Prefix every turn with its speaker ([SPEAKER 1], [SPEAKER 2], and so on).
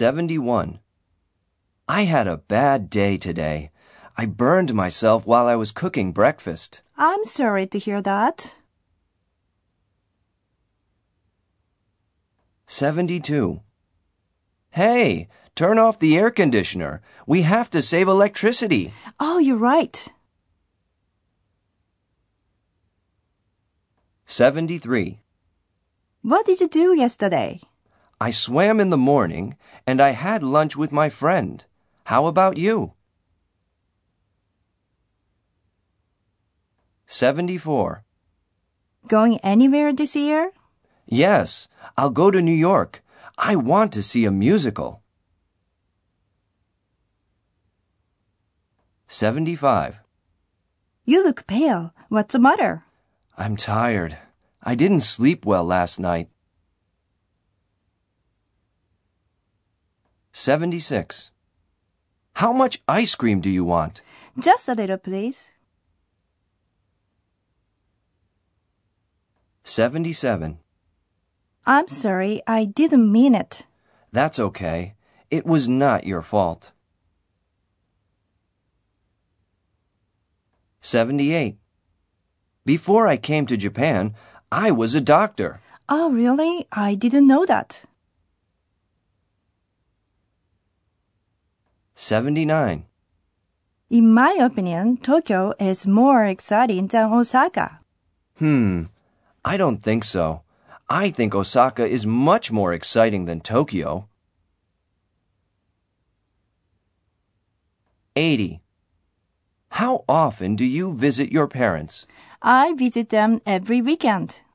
[SPEAKER 1] 71. I had a bad day today. I burned myself while I was cooking breakfast.
[SPEAKER 2] I'm sorry to hear that.
[SPEAKER 1] 72. Hey, turn off the air conditioner. We have to save electricity.
[SPEAKER 2] Oh, you're right.
[SPEAKER 1] 73.
[SPEAKER 2] What did you do yesterday?
[SPEAKER 1] I swam in the morning and I had lunch with my friend. How about you? 74.
[SPEAKER 2] Going anywhere this year?
[SPEAKER 1] Yes, I'll go to New York. I want to see a musical. 75.
[SPEAKER 2] You look pale. What's the matter?
[SPEAKER 1] I'm tired. I didn't sleep well last night. 76. How much ice cream do you want?
[SPEAKER 2] Just a little, please.
[SPEAKER 1] 77.
[SPEAKER 2] I'm sorry. I didn't mean it.
[SPEAKER 1] That's okay. It was not your fault. 78. Before I came to Japan, I was a doctor.
[SPEAKER 2] Oh, really? I didn't know that.
[SPEAKER 1] 79.
[SPEAKER 2] In my opinion, Tokyo is more exciting than Osaka.
[SPEAKER 1] Hmm, I don't think so. I think Osaka is much more exciting than Tokyo. 80. How often do you visit your parents?
[SPEAKER 2] I visit them every weekend.